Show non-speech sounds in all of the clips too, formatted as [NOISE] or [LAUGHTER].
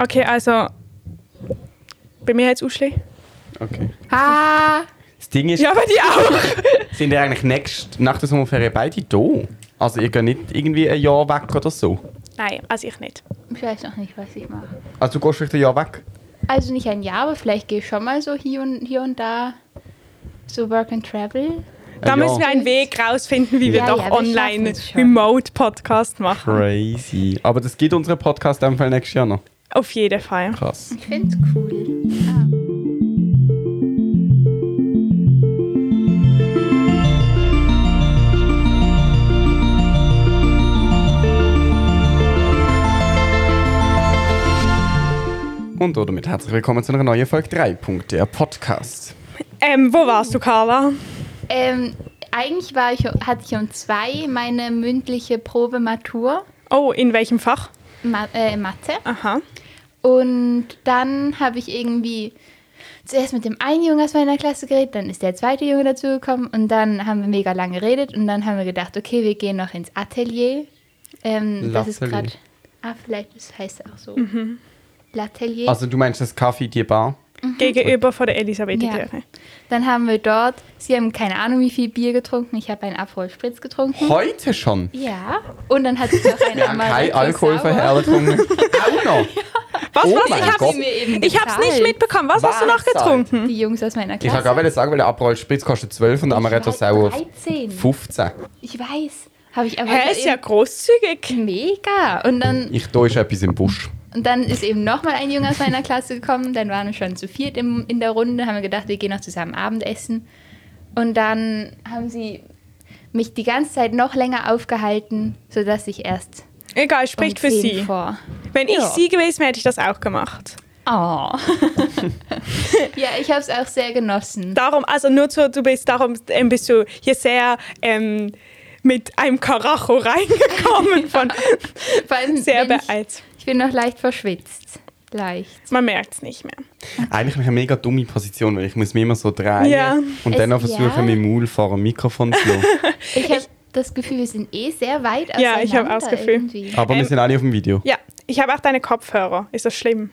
Okay, also. Bei mir heißt es Uschli. Okay. Ah! Das Ding ist, Ja, bei dir auch. sind ihr eigentlich nächst, nach der Sommerferien beide da? Also ihr geht nicht irgendwie ein Jahr weg oder so? [LAUGHS] Nein, also ich nicht. Ich weiß noch nicht, was ich mache. Also du gehst vielleicht ein Jahr weg? Also nicht ein Jahr, aber vielleicht gehe ich schon mal so hier und, hier und da. So Work and Travel. Da Ein müssen wir Jahr. einen Weg rausfinden, wie wir Ja, doch ja, wir online schaffen's schon. Remote-Podcast machen. Crazy. Aber das geht unseren Podcast am Fall nächstes Jahr noch. Auf jeden Fall. Krass. Ich finde es cool. Und damit herzlich willkommen zu einer neuen Folge 3 Punkte, der Podcast. Ähm, wo warst du, Carla? Ähm, eigentlich war ich, hatte ich um zwei meine mündliche Probematur Oh, in welchem Fach? Ma äh, Mathe. Aha. Und dann habe ich irgendwie zuerst mit dem einen Jungen aus meiner Klasse geredet, dann ist der zweite Junge dazugekommen und dann haben wir mega lange geredet und dann haben wir gedacht, okay, wir gehen noch ins Atelier. Ähm, das ist L'Atelier. gerade. Ah, vielleicht das heißt es auch so. Mhm. L'Atelier. Also du meinst das Kaffee, die Bar? Gegenüber von der Elisabeth Ja. Kirche. Dann haben wir dort, sie haben keine Ahnung, wie viel Bier getrunken. Ich habe einen Aperol Spritz getrunken. Heute schon? Ja. Und dann hat sie [LAUGHS] noch einen Wir haben keinen Amaretto Alkohol Sour. verherrlichung. Auch noch? Was, Oh was? mein Ich hab's, Gott. Die mir eben ich hab's nicht gezahlt. mitbekommen. Was hast du noch Mahlzeit. getrunken? Die Jungs aus meiner Ich Klasse. kann gerade sagen, weil der Aperol Spritz kostet 12 und der Amaretto Ich war Sauer 13. 15. Ich weiß. Habe ich aber Hä, ist ja großzügig. mega. Und dann, Ich, da ist etwas im Busch. und dann ist eben nochmal ein Junge aus meiner Klasse gekommen. Dann waren wir schon zu viert im, in der Runde, haben wir gedacht, wir gehen noch zusammen Abendessen. Und dann haben sie mich die ganze Zeit noch länger aufgehalten, sodass ich erst Egal, um spricht für 10 sie. vor. Wenn ich Ja. sie gewesen wäre, hätte ich das auch gemacht. Oh. [LAUGHS] ja, ich habe es auch sehr genossen. Darum, also nur zu, du bist, darum ähm, bist du hier sehr ähm, mit einem Karacho [LAUGHS] reingekommen von Vor allem, sehr wenn ich, beeilt. ich bin noch leicht verschwitzt. Leicht. Man merkt es nicht mehr. Eigentlich habe ich eine mega dumme Position, weil ich muss mich immer so drehen Ja. und Es- dann noch versuchen, ja. meinen Maul vor dem Mikrofon zu lassen. [LAUGHS] Ich habe das Gefühl, wir sind eh sehr weit auseinander. Ja, ich habe auch das Gefühl. irgendwie. Aber wir Ähm, sind alle auf dem Video. Ja, ich habe auch deine Kopfhörer. Ist das schlimm?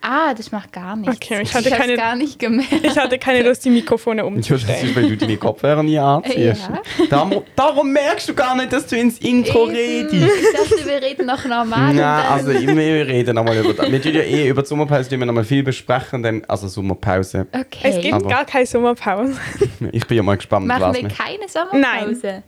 Ah, das macht gar nichts. Okay, ich hatte hab's keine- gar nicht gemerkt. Ich hatte keine Lust, die Mikrofone Ja, das umzustellen. ist, weil du deine Kopfhörer nie anziehst. Ja. Darum, darum merkst du gar nicht, dass du ins Intro Eben. redest. Ich dachte, wir reden noch normal. Nein, und dann- also ich- wir reden nochmal über das. Wir tun ja eh über die Sommerpause tun wir nochmal viel besprechen, denn, also Sommerpause. okay. Es gibt Aber- gar keine Sommerpause. [LAUGHS] Ich bin ja mal gespannt, Machen was wir wir. keine Sommerpause?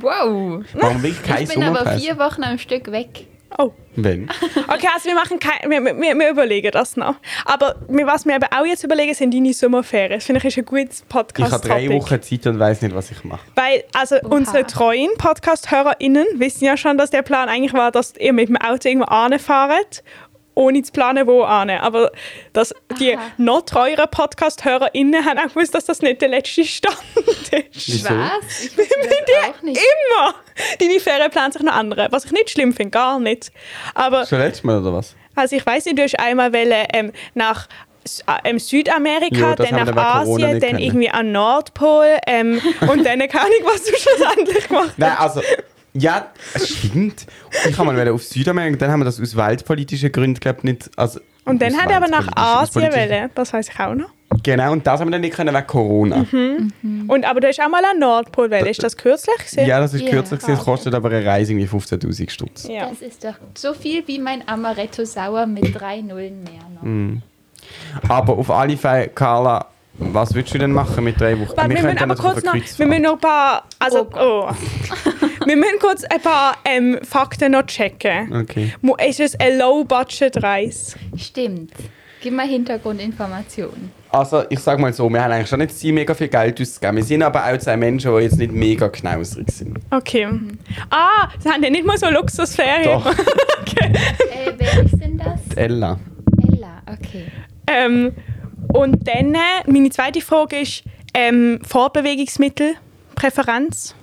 Wow. Machen wir wirklich keine Ich bin aber Sommerpause? vier Wochen am Stück weg. Oh. Wenn? Okay, also wir machen kein, wir, wir, wir überlegen das noch. Aber mir- was wir eben auch jetzt überlegen, sind deine Sommerferien. Das finde ich ist ein gutes Ich habe drei Podcast-Topic. Wochen Zeit und weiß nicht, was ich mache. Weil, also Oha. unsere treuen Podcast-HörerInnen wissen ja schon, dass der Plan eigentlich war, dass ihr mit dem Auto irgendwo anfahrt, ohne zu planen, wo ane. Aber dass die Aha. noch treueren Podcast-HörerInnen haben auch gewusst, dass das nicht der letzte Stand [LAUGHS] ist. Wieso? Was? Ich wusste das auch nicht. Immer! Deine Ferien planen sich noch andere. Was ich nicht schlimm finde, gar nicht. Aber, Schon letztes Mal oder was? also ich weiß nicht, du hast einmal wollen, ähm, nach S- ähm, Südamerika, Ja, das dann haben wir nach wegen Corona Asien, nicht dann können. irgendwie an Nordpol ähm, und dann keine Ahnung, was du [LAUGHS] schlussendlich gemacht hast. Nein, also. Ja, es stimmt. Ich kann mal wieder auf Südamerika, dann haben wir das aus weltpolitischen Gründen, glaube ich, nicht. Also, Und dann aus hat er aber nach weltpolitischen- aus Asien politischen- welle. Das weiß ich auch noch. Genau, und das haben wir dann nicht können wegen Corona. Mhm. Und aber du hast auch mal an Nordpol welle. Ist das kürzlich gewesen? Ja, das ist Ja. kürzlich, gewesen, es kostet aber eine Reise irgendwie 15.000 Stutz. Ja. Das ist doch so viel wie mein Amaretto Sauer mit drei Nullen mehr noch. Hm. Aber auf alle Fälle, Carla, was würdest du denn machen mit drei Wochen? Warte, wir, können müssen dann aber auf kurz noch, eine wir müssen noch ein paar, also, Oh oh [LAUGHS] wir müssen kurz ein paar ähm, Fakten noch checken. Okay. Mu- Ist es eine Low-Budget-Reise? Stimmt. Gib mal Hintergrundinformationen. Also, ich sag mal so, wir haben eigentlich schon nicht so mega viel Geld ausgegeben. Wir sind aber auch zwei Menschen, die jetzt nicht mega knausrig sind. Okay. Mhm. Ah, das haben ja nicht mal so Luxusferien. Doch. Äh, wer ist denn das? Ella. Ella, okay. Ähm, und dann, äh, meine zweite Frage ist, ähm, Vorbewegungsmittel, Präferenz?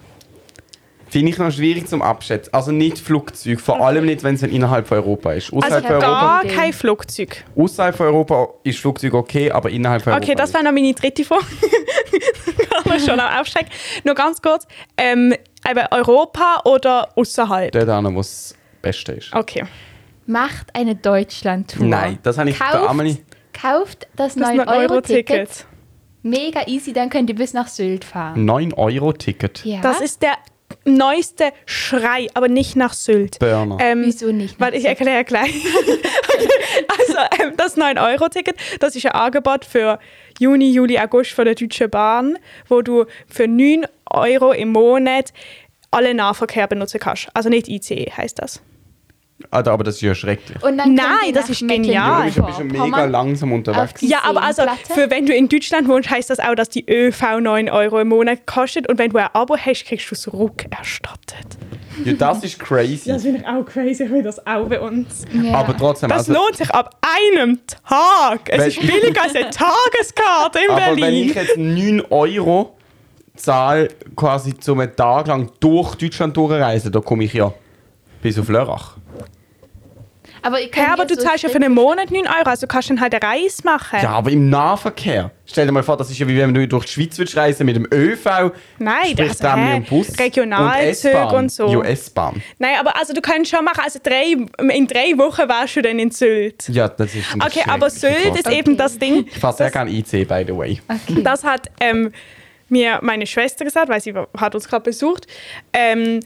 Finde ich noch schwierig zum Abschätzen. Also nicht Flugzeug, vor allem nicht, wenn es innerhalb von Europa ist. Also Außerhalb, von, Europa, gar Europa. kein Flugzeug. außerhalb von Europa ist Flugzeug okay, aber innerhalb von Okay, Europa. das wäre noch meine dritte Frage. [LAUGHS] Kann man schon auch aufschrecken. Nur ganz kurz. Ähm, eben Europa oder außerhalb? nicht. Dort an, wo es das Beste ist. Okay. macht eine Deutschland-Tour. Nein, das habe ich der Kauft- Amelie- Kauft das, Das 9-Euro-Ticket. Euro-Ticket. Mega easy, dann könnt ihr bis nach Sylt fahren. 9-Euro-Ticket. Ja. Das ist der neueste Schrei, aber nicht nach Sylt. Burner. Ähm, Wieso nicht? Weil ich erkläre gleich. [LAUGHS] okay. Also ähm, das 9-Euro-Ticket, das ist ein Angebot für Juni, Juli, August von der Deutschen Bahn, wo du für 9 Euro im Monat alle Nahverkehr benutzen kannst. Also nicht ICE heißt das. Alter, Ah, aber das ist ja schrecklich. Und dann Nein, könnt ihr das nach ist genial. Du bist ein bisschen mega Mecklenburg-Vorpommern langsam auf unterwegs. die ja, aber also Seenplatte. für wenn du in Deutschland wohnst, heißt das auch, dass die ÖV 9 Euro im Monat kostet und wenn du ein Abo hast, kriegst du es rückerstattet. Ja, das ist crazy. finde ich auch crazy, ich will das auch bei uns. Ja. Aber trotzdem, Das also, lohnt sich ab einem Tag. Es Wenn- ist billiger als [LAUGHS] eine Tageskarte in aber wenn Berlin. ich jetzt 9 Euro zahle, quasi zum einen Tag lang durch Deutschland durchreisen, da komme ich ja bis auf Lörrach. aber, ihr könnt Ja, aber jetzt du so zahlst ja für einen Monat 9 Euro, also kannst du dann halt eine Reise machen. Ja, aber im Nahverkehr. Stell dir mal vor, das ist ja wie wenn du durch die Schweiz würdest reisen mit dem ÖV. Nein, sprich, also, da haben wir hä? einen Bus Regionalzüge S-Bahn. und so. Ja, S-Bahn. Nein, aber also du kannst schon machen, also drei, in drei Wochen wärst du dann in Sylt. Ja, das ist ein Okay, schrecklicher aber Sylt Fahrt. ist eben das Ding. Ich fahre sehr das- gerne IC, by the [LAUGHS] way. Okay. Das hat ähm, mir meine Schwester gesagt, weil sie hat uns gerade besucht. Ähm,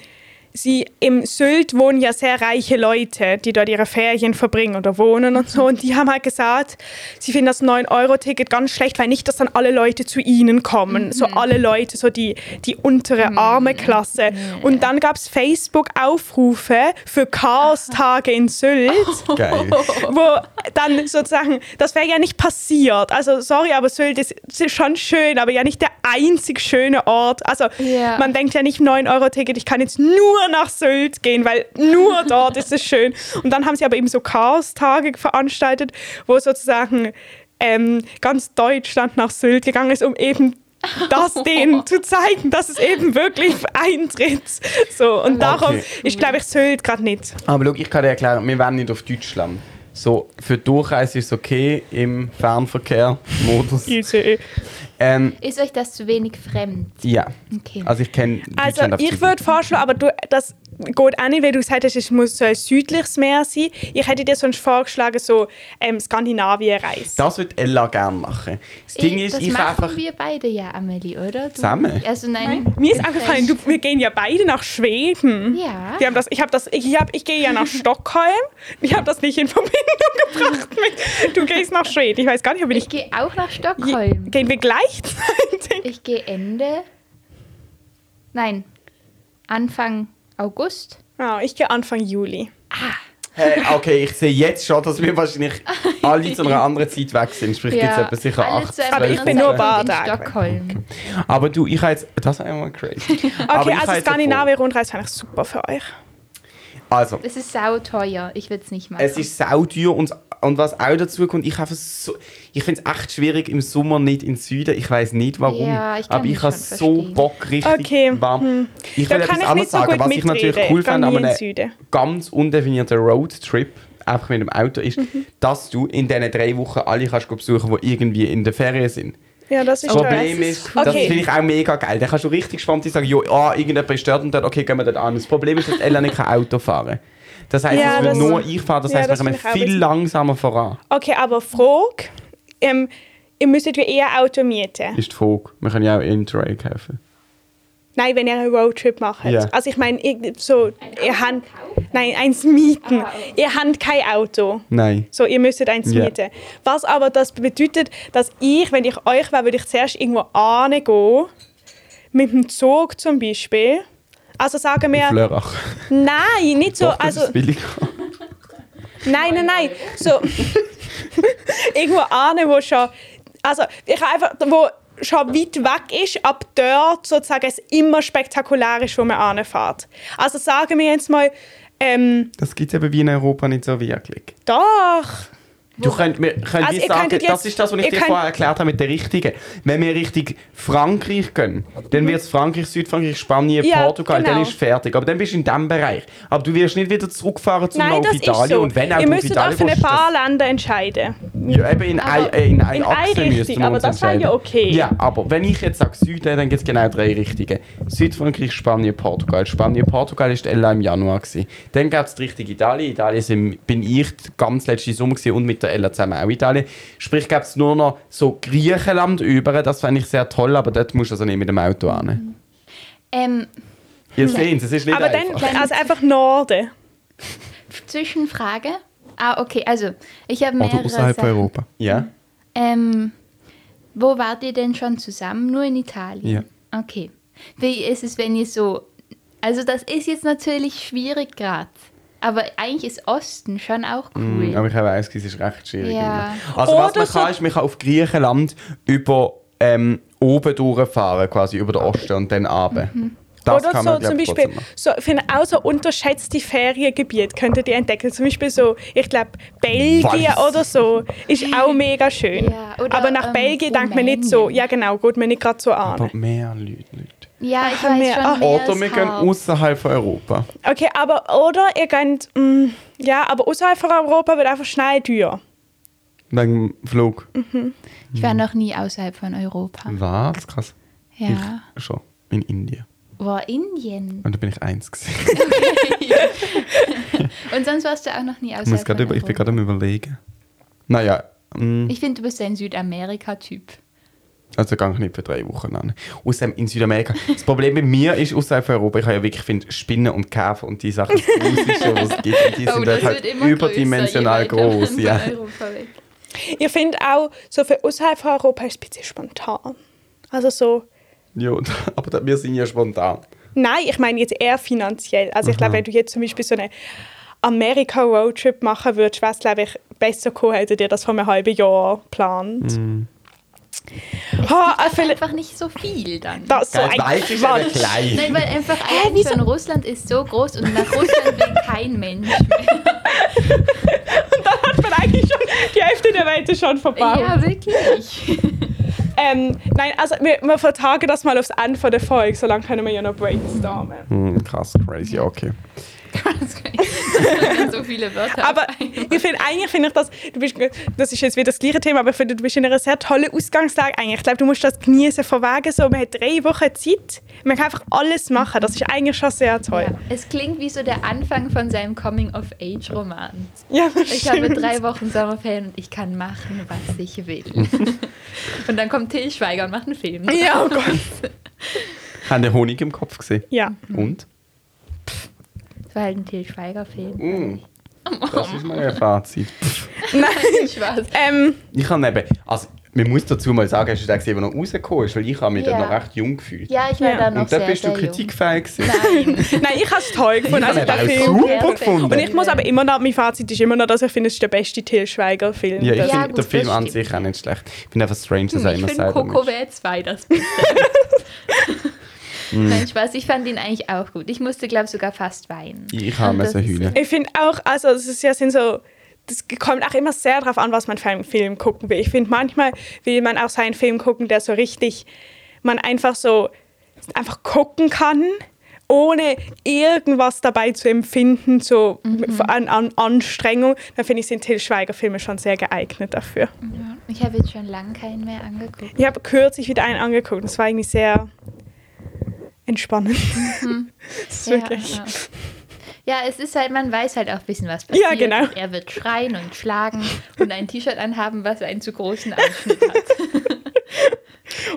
sie im Sylt wohnen ja sehr reiche Leute, die dort ihre Ferien verbringen oder wohnen und so. Und die haben halt gesagt, sie finden das 9-Euro-Ticket ganz schlecht, weil nicht, dass dann alle Leute zu ihnen kommen. So alle Leute, so die, die untere arme Klasse. Und dann gab es Facebook-Aufrufe für Chaos-Tage in Sylt Geil. [LAUGHS] wo dann sozusagen, das wäre ja nicht passiert. Also sorry, aber Sylt ist, ist schon schön, aber ja nicht der einzig schöne Ort. Also Ja. man denkt ja nicht 9-Euro-Ticket, ich kann jetzt nur nach Sylt gehen, weil nur dort ist es schön. Und dann haben sie aber eben so Chaos-Tage veranstaltet, wo sozusagen ähm, ganz Deutschland nach Sylt gegangen ist, um eben das denen zu zeigen, dass es eben wirklich eintritt. So, und darum Okay. ist, glaube ich, Sylt gerade nicht. Aber schau, ich kann dir erklären, wir wollen nicht auf Deutschland. So, für die Durchreise ist es okay im Fernverkehr, Modus. ICE. ähm, Ist euch das zu wenig fremd? ja. Okay. Also ich kenne Also Deutschland auf ich Zeug. würde vorschlagen, aber du, das geht auch nicht, weil du gesagt hast, es muss so ein südliches Meer sein. Ich hätte dir sonst vorgeschlagen, so ähm, Skandinavien-Reise. Das würde Ella gerne machen. Das Ding ist, das ich machen einfach... wir beide ja, Amelie, oder? Du, Zusammen? Also nein. Mir ist angefallen, du, wir gehen ja beide nach Schweden. Ja. Wir haben das, ich habe das, ich, hab, ich gehe ja nach Stockholm. Ich habe das nicht in Verbindung gebracht mit, du gehst nach Schweden. Ich weiß gar nicht, ob ich, Ich gehe auch nach Je- Stockholm. Gehen wir gleichzeitig? Ich gehe Ende. Nein. Anfang August. Ah, ich gehe Anfang Juli. Hey, okay, ich sehe jetzt schon, dass wir wahrscheinlich alle zu einer anderen Zeit weg sind. Sprich, gibt's gibt es sicher alle acht, zu einer Aber ich anderen zwölf, bin nur Zeit zwölf. bar in da. Stockholm. Aber du, ich habe jetzt... Das ist einmal crazy. Okay, Okay, also Skandinavien-Rundreise fand ich super für euch. Also, Es ist sau teuer. Ich würde es nicht machen. Es ist sauteuer und, und was auch dazu kommt, ich, habe so, ich finde es echt schwierig im Sommer nicht in den Süden. Ich weiß nicht warum. Ja, ich kann aber ich mich habe schon so verstehen. Bock richtig Okay, hm. warm. Ich Da will kann ich etwas nicht anderes so sagen, gut was ich natürlich mitreden. cool Bei mir fände, aber im ein Süden. ganz undefinierter Roadtrip einfach mit dem Auto ist, Mhm. dass du in diesen drei Wochen alle kannst go besuchen, die irgendwie in der Ferien sind. Ja, das ist Das Problem nice. ist, cool. das Okay. finde ich auch mega geil. Dann kannst du richtig spannend sein, sagen, jo, ah, irgendjemand ist stört und dann, okay, gehen wir dort an. Das Problem ist, dass Ella nicht kann Auto fahren kann. Das heisst, Ja, es wird das- nur ich fahren, das ja, heisst, das wir kommen finde ich auch ein viel bisschen- langsamer voran. Okay, aber Frage. Ähm, ihr müsstet ja eher ein Auto mieten. Ist die Frage. Wir können ja auch Interrail kaufen. Nein, wenn ihr einen Roadtrip macht. Ja. Also ich meine, ihr- so, ihr habt... kaufen? Nein, eins mieten. Ah, okay. Ihr habt kein Auto. Nein. So, ihr müsstet eins Ja. mieten. Was aber das bedeutet, dass ich, wenn ich euch wäre, würde ich zuerst irgendwo hingehen. Mit dem Zug zum Beispiel. Also sagen Ja. wir... Flörach. Nein, nicht so... Doch, [LAUGHS] das also, ist billiger. Nein, nein, nein. So [LAUGHS] irgendwo an, wo schon, also ich habe einfach, wo schon weit weg ist, ab dort sozusagen es immer spektakulär ist, wo man anfährt. Also sagen wir jetzt mal, ähm, Das gibt es eben wie in Europa nicht so wirklich. doch. Du könnt, wir können Also wie ihr sagen, könntet das jetzt- ist das, was ich ihr dir könnt- vorher erklärt habe mit der richtigen. Wenn wir richtig Frankreich gehen, dann wird es Frankreich, Südfrankreich, Spanien, Mhm. Ja, Portugal, dann genau. ist fertig. Aber dann bist du in diesem Bereich. Aber du wirst nicht wieder zurückfahren zum Nein, auf das Italien. ist so. Und wenn auch Ihr du auf müsstet auch Italien für ein willst, ist das- paar Länder entscheiden. Ja, eben in, Aber ei, äh, in eine in eine Achse Richtung, müssten wir aber uns das war ja entscheiden. okay. Ja, aber wenn ich jetzt sage Süden, dann gibt es genau drei richtige. Südfrankreich, Spanien, Portugal. Spanien, Portugal ist Ella im Januar. Gewesen. Dann gab es die richtige Italien. Italien sind, bin ich ganz letzte Sommer gewesen und mit der Ella zusammen auch Italien. Sprich, gab es nur noch so Griechenland über. Das fände ich sehr toll, aber dort musst du also nicht mit dem Auto hin. Ähm, Ihr seht es, ist nicht Aber dann, einfach. also einfach Norden. Zwischenfrage. Ah, okay, also ich habe Oder mehrere außerhalb von Sachen. Europa. ja. Ähm, wo wart ihr denn schon zusammen? Nur in Italien? Ja. Okay. Wie ist es, wenn ihr so... Also das ist jetzt natürlich schwierig gerade. Aber eigentlich ist Osten schon auch cool. Mm, Aber ich weiß, es ist recht schwierig. Ja. immer. Also was Oder man so- kann, ist, man kann auf Griechenland über ähm, oben durchfahren, quasi über den Osten und dann runter. Das Mhm. Oder kann so man, glaub zum ich, Beispiel, trotzdem machen. so, für ein auch so unterschätzte Feriengebiet könntet ihr entdecken. Zum Beispiel so, ich glaube, Belgien Weiß. oder so ist auch mega schön. Ja, oder, Aber nach ähm, Belgien denkt man nicht so, ja genau, geht man nicht gerade so an. Aber mehr Leute nicht. Ja, ich Ach, weiß mehr- schon ach. mehr Oder als wir gehen halb. außerhalb von Europa. Okay, aber oder ihr könnt, mm, ja, aber außerhalb von Europa wird einfach schnell teuer. Wegen dem Flug. Mhm. Ich war noch nie außerhalb von Europa. Was? Krass. Ja. Ich schon. In Indien. Boah, Indien. Und da bin ich eins gewesen. Und sonst warst du auch noch nie Ich, muss außerhalb grad von über, ich bin Europa. gerade am überlegen. Naja, mm, Ich finde, du bist ein Südamerika-Typ. also gehe ich nicht für drei Wochen an. Außerdem in Südamerika. Das Problem bei mir ist, außerhalb von Europa, ich habe ja wirklich finde, Spinnen und Käfer und die Sachen, die Russische, was es gibt. Und [LAUGHS] die Oh, sind dort halt überdimensional groß. Ja. Ich finde auch, so für außerhalb von Europa ist es ein bisschen spontan. Also so, Ja, und- aber da- wir sind ja spontan. Nein, ich meine jetzt eher finanziell. Also ich glaube, wenn du jetzt zum Beispiel so einen Amerika-Roadtrip machen würdest, wäre es, glaube ich, besser gekommen, hättet ihr das vor einem halben Jahr geplant. Hm. Ha, ah, vielleicht Einfach nicht so viel dann. das so Geil, ein weiß ich aber Quatsch. [LAUGHS] gleich. Nein, weil einfach allein wieso? schon Russland ist so groß und nach Russland will kein Mensch. Hat man eigentlich schon die Hälfte der Welt ist schon verbaut. Ja, wirklich. [LAUGHS] Ähm, nein, also wir, wir vertagen das mal aufs Ende von der Folge, solange können wir ja noch brainstormen. Hm, krass, crazy, okay. Das kann ich- das sind so viele Wörter. Aber [LAUGHS] ich finde, eigentlich finde ich das, du bist, das ist jetzt wieder das gleiche Thema, aber ich finde, du bist in einer sehr tollen Ausgangslage eigentlich. Ich glaube, du musst das genießen von wegen so, man hat drei Wochen Zeit, man kann einfach alles machen, das ist eigentlich schon sehr toll. ja. Es klingt wie so der Anfang von seinem Coming-of-Age-Roman. Ja, das [LAUGHS] Ich habe stimmt. drei Wochen Sommerferien und ich kann machen, was ich will. und dann kommt Til Schweiger und macht einen Film. Ja, oh Gott. Haben den Honig im Kopf gesehen? [LAUGHS] Ja. Hm. Und? Das war halt ein Til Schweiger-Film. Mm. Das ist mein Fazit. Nein, Spaß. ähm, Ich habe eben, also man muss dazu mal sagen, hast du den gesehen, der noch rausgekommen ist, weil ich habe mich Ja. dann noch recht jung gefühlt. Ja, ich war Ja. da noch Und da sehr, bist du sehr kritikfähig gewesen. jung. nein, ich habe es toll gefunden. Ich Also, habe der ihn Film. auch super Film. gefunden. Und ich muss aber immer noch, mein Fazit ist immer noch, dass ich finde, es ist der beste Til Schweiger-Film. Ja, ich Das- Ja, finde gut, den Film das an stimmt. sich auch nicht schlecht. Ich finde einfach strange, dass er Nein, Hm, ich immer finde selber Coco ist. wäre zwei das [LAUGHS] Beste. Hm. Nein, Spaß, ich fand ihn eigentlich auch gut. Ich musste, glaube ich, sogar fast weinen. Ich habe Und das müssen ist- heulen. Ich finde auch, also es ist ja sind so, das kommt auch immer sehr darauf an, was man für einen Film gucken will. Ich finde manchmal will man auch so einen Film gucken, der so richtig, man einfach so einfach gucken kann, ohne irgendwas dabei zu empfinden, so Mhm. an, an Anstrengung. Dann finde ich, sind Till Schweiger-Filme schon sehr geeignet dafür. Ich habe jetzt schon lange keinen mehr angeguckt. Ich habe kürzlich wieder einen angeguckt. Das war irgendwie sehr entspannend. [LAUGHS] das ist wirklich. Mhm. Ja, ja. ja, es ist halt, man weiß halt auch ein bisschen, was passiert. Ja, genau. Und Er wird schreien und schlagen und ein T-Shirt anhaben, was einen zu großen Ausschnitt hat.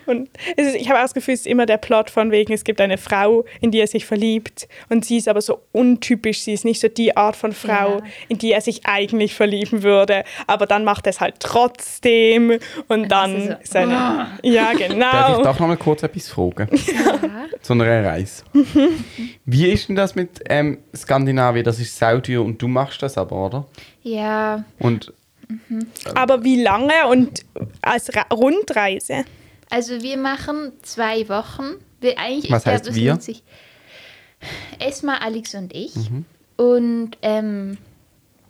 Und es ist, ich habe auch das Gefühl, es ist immer der Plot von wegen, es gibt eine Frau, in die er sich verliebt und sie ist aber so untypisch, sie ist nicht so die Art von Frau, Ja. in die er sich eigentlich verlieben würde, aber dann macht er es halt trotzdem und ist dann er so, Ah. seine... [LAUGHS] Ja, Darf ich genau. doch noch mal kurz etwas fragen? Ja. Zu einer [LAUGHS] Reise. Wie ist denn das mit ähm, Skandinavien? Das ist sauteuer und du machst das aber, oder? ja. Und äh, Aber wie lange und als Ra Rundreise? Also wir machen zwei Wochen. Wir, eigentlich, Was ich glaub, heißt es wir? lohnt sich. Esma, Alex und ich. Mhm. Und ähm,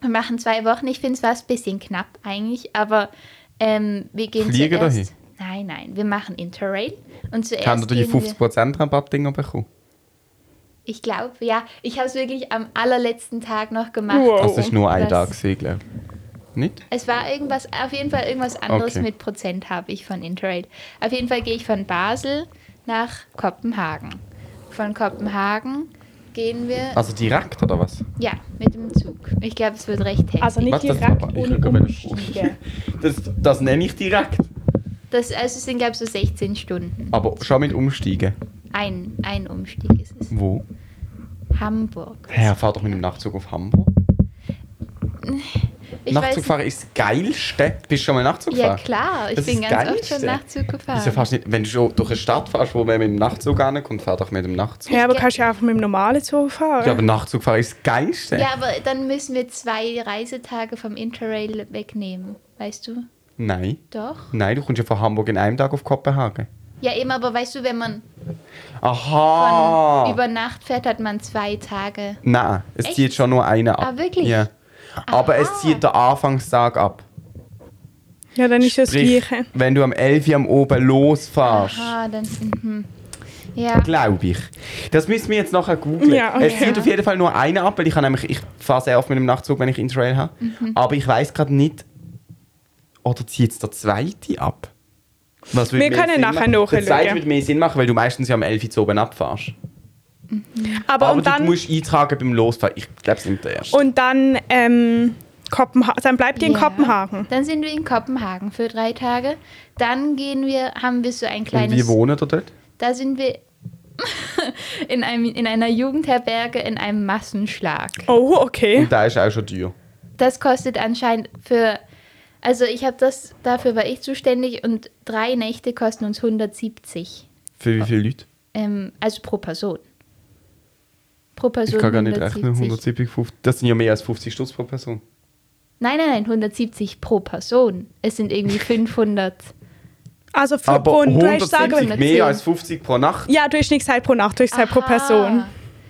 wir machen zwei Wochen. Ich finde es war ein bisschen knapp eigentlich, aber ähm, wir gehen Fliegen zuerst. dahin? Nein, nein, wir machen Interrail. Und zuerst haben du die gehen wir- 50% Rabattdinger bekommen? Ich glaube, ja. Ich habe es wirklich am allerletzten Tag noch gemacht. Wow. Das Also, ist nur ein Oh, Das- Tag, gewesen, glaube ich. Nicht? Es war irgendwas, auf jeden Fall irgendwas anderes Okay. mit Prozent habe ich von Interrail. Auf jeden Fall gehe ich von Basel nach Kopenhagen. Von Kopenhagen gehen wir, Also direkt oder was? ja, mit dem Zug. Ich glaube, es wird recht heftig. Also nicht Was, das- direkt ich ohne rück- Umstiege. Das, das nenne ich direkt. Das, also es sind, glaube ich, so 16 Stunden. Aber schon mit Umsteigen. Ein, ein Umstieg ist es. Wo? Hamburg. Herr, fahr doch mit dem Nachtzug auf Hamburg. Ich Nachtzug weiß fahren ist das Geilste. Bist du schon mal Nachtzug nicht- Ja, gefahren? klar. Ich Das bin ist ganz oft Geilste. schon Nachtzug gefahren. Wieso fährst du nicht, wenn du schon durch eine Stadt fährst, wo man mit dem Nachtzug rankommt, fahr doch mit dem Nachtzug. Ja, aber Ich- kannst du ja einfach mit dem normalen Zug fahren. Ja, aber Nachtzug fahren ist das Geilste. ja, aber dann müssen wir zwei Reisetage vom Interrail wegnehmen. Weißt du? Nein. Doch. Nein, du kommst ja von Hamburg in einem Tag auf Kopenhagen. Ja, eben, aber weißt du, wenn man von Aha! über Nacht fährt, hat man zwei Tage. Nein, es Echt? zieht schon nur einen ab. Ah, wirklich? Ja. Aber Aha. es zieht der Anfangstag ab. Ja, dann ist das Sprich, Gleiche. wenn du am 11 Uhr am Oben losfährst. Aha, dann. Mhm. Ja. Glaube ich. Das müssen wir jetzt nachher googeln. Ja, okay. Es zieht auf jeden Fall nur einen ab, weil ich, habe nämlich, ich fahre sehr oft mit dem Nachtzug, wenn ich Interrail habe. Mhm. Aber ich weiß gerade nicht, oder zieht es der zweite ab? Was würde Wir mehr können Sinn nachher machen? Der nachschauen. zweite würde mehr Sinn machen, weil du meistens ja am 11 Uhr zu oben abfährst. Aber, Aber und du dann, musst eintragen beim Losfahren. Ich glaube, es sind der erste. und dann, ähm, Kopenha dann bleibt ihr in Ja. Kopenhagen. Dann sind wir in Kopenhagen für drei Tage. Dann gehen wir, haben wir so ein Und kleines. wie wohnen ihr dort? Da sind wir [LAUGHS] in, einem, in einer Jugendherberge in einem Massenschlag. Oh, okay. Und da ist auch schon teuer. Das kostet anscheinend für. Also ich habe das, dafür war ich zuständig und drei Nächte kosten uns 170. Für wie viele Leute? Ähm, also pro Person. Pro Person. Ich kann gar nicht 170. rechnen. 170, 50. Das sind ja mehr als 50 Stutz pro Person. Nein, nein, nein, 170 pro Person. Es sind [LAUGHS] irgendwie 500. Also für Aber pro, du hast gesagt, 170 mehr 110. als 50 pro Nacht. ja, du hast nicht gesagt pro Nacht, du hast gesagt halt pro Aha. Person.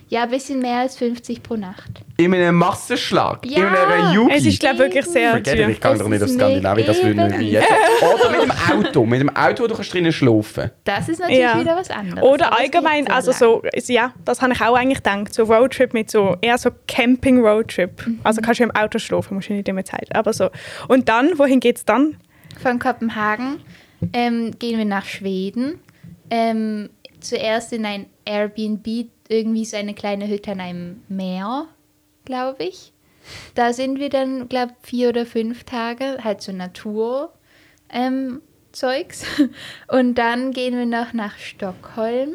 Ja, ein bisschen mehr als 50 pro Nacht. In einem Massenschlag. Ja. in einer Jugend. Es ist, glaube ich, wirklich sehr Vergeht ihr, teuer. ich gehe Es doch nicht ist auf Skandinavien, das würde mega nicht wie jetzt. [LAUGHS] Oder mit dem Auto. Mit dem Auto, du kannst drinnen schlafen. Das ist natürlich Ja. wieder was anderes. Oder aber es geht allgemein, so also lang. so, ja, das habe ich auch eigentlich gedacht. So Roadtrip mit so, eher so Camping-Roadtrip. Mhm. Also kannst du im Auto schlafen, musst du nicht immer Zeit. Aber so. Und dann, wohin geht's dann? Von Kopenhagen ähm, gehen wir nach Schweden. Ähm, zuerst in ein Airbnb, irgendwie so eine kleine Hütte an einem Meer, glaube ich. Da sind wir dann, glaube ich, vier oder fünf Tage, halt so Natur. Ähm, Zeugs. [LAUGHS] Und dann gehen wir noch nach Stockholm.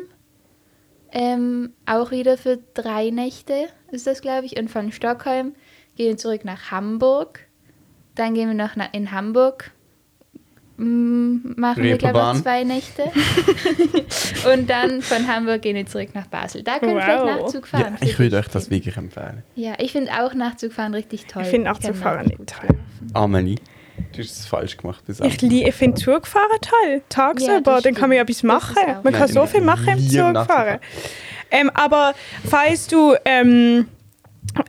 Ähm, auch wieder für drei Nächte ist das, glaube ich. Und von Stockholm gehen wir zurück nach Hamburg. Dann gehen wir noch na in Hamburg. Mm, Machen wir, glaube ich, Reeperbahn. noch zwei Nächte. Und dann von Hamburg gehen wir zurück nach Basel. Da können wir vielleicht Wow. Nachzug fahren. wirklich empfehlen. Ja, ich finde auch Nachzugfahren richtig toll. Ich finde auch zu kann fahren richtig nicht gut toll. Amelie, du hast es falsch gemacht. Das Ich, lie- ich finde Zugfahren toll. Tagsüber, das dann kann man ja etwas stimmt. Das machen. ist auch- Man Nein, kann so ich viel machen im liebe Zugfahren. Nachtzugfahren. Ähm, aber falls du, ähm,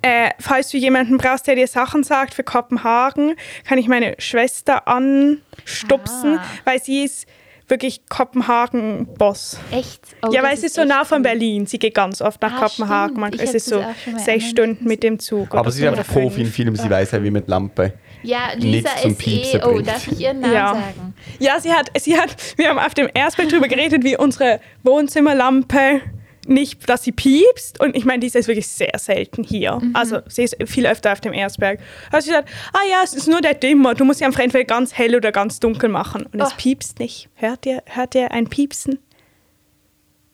äh, falls du jemanden brauchst, der dir Sachen sagt für Kopenhagen, kann ich meine Schwester anstupsen, Ah. weil sie ist wirklich Kopenhagen-Boss. Echt? Oh, ja, das weil es ist so echt nah von cool. Berlin. Sie geht ganz oft nach Ah, Kopenhagen. stimmt. Man, Ich es hab ist das so auch schon mal sechs in Stunden anderen mit dem Zug. Aber sie ist einfach fünf. Profi in Film, sie weiß ja, wie mit Lampe. Ja, Lisa Nichts zum ist eh. Piepsen Oh, bringt. darf ich ihren Namen Ja. sagen? Ja, sie hat, sie hat, wir haben auf dem Erstbild drüber geredet, wie unsere Wohnzimmerlampe nicht, dass sie piepst. Und ich meine, diese ist wirklich sehr selten hier. Also sie ist viel öfter auf dem Erstberg. Also sie sagt, ah ja, es ist nur der Dimmer. Du musst sie einfach entweder ganz hell oder ganz dunkel machen. Und es Oh. piepst nicht. Hört ihr, hört ihr ein Piepsen?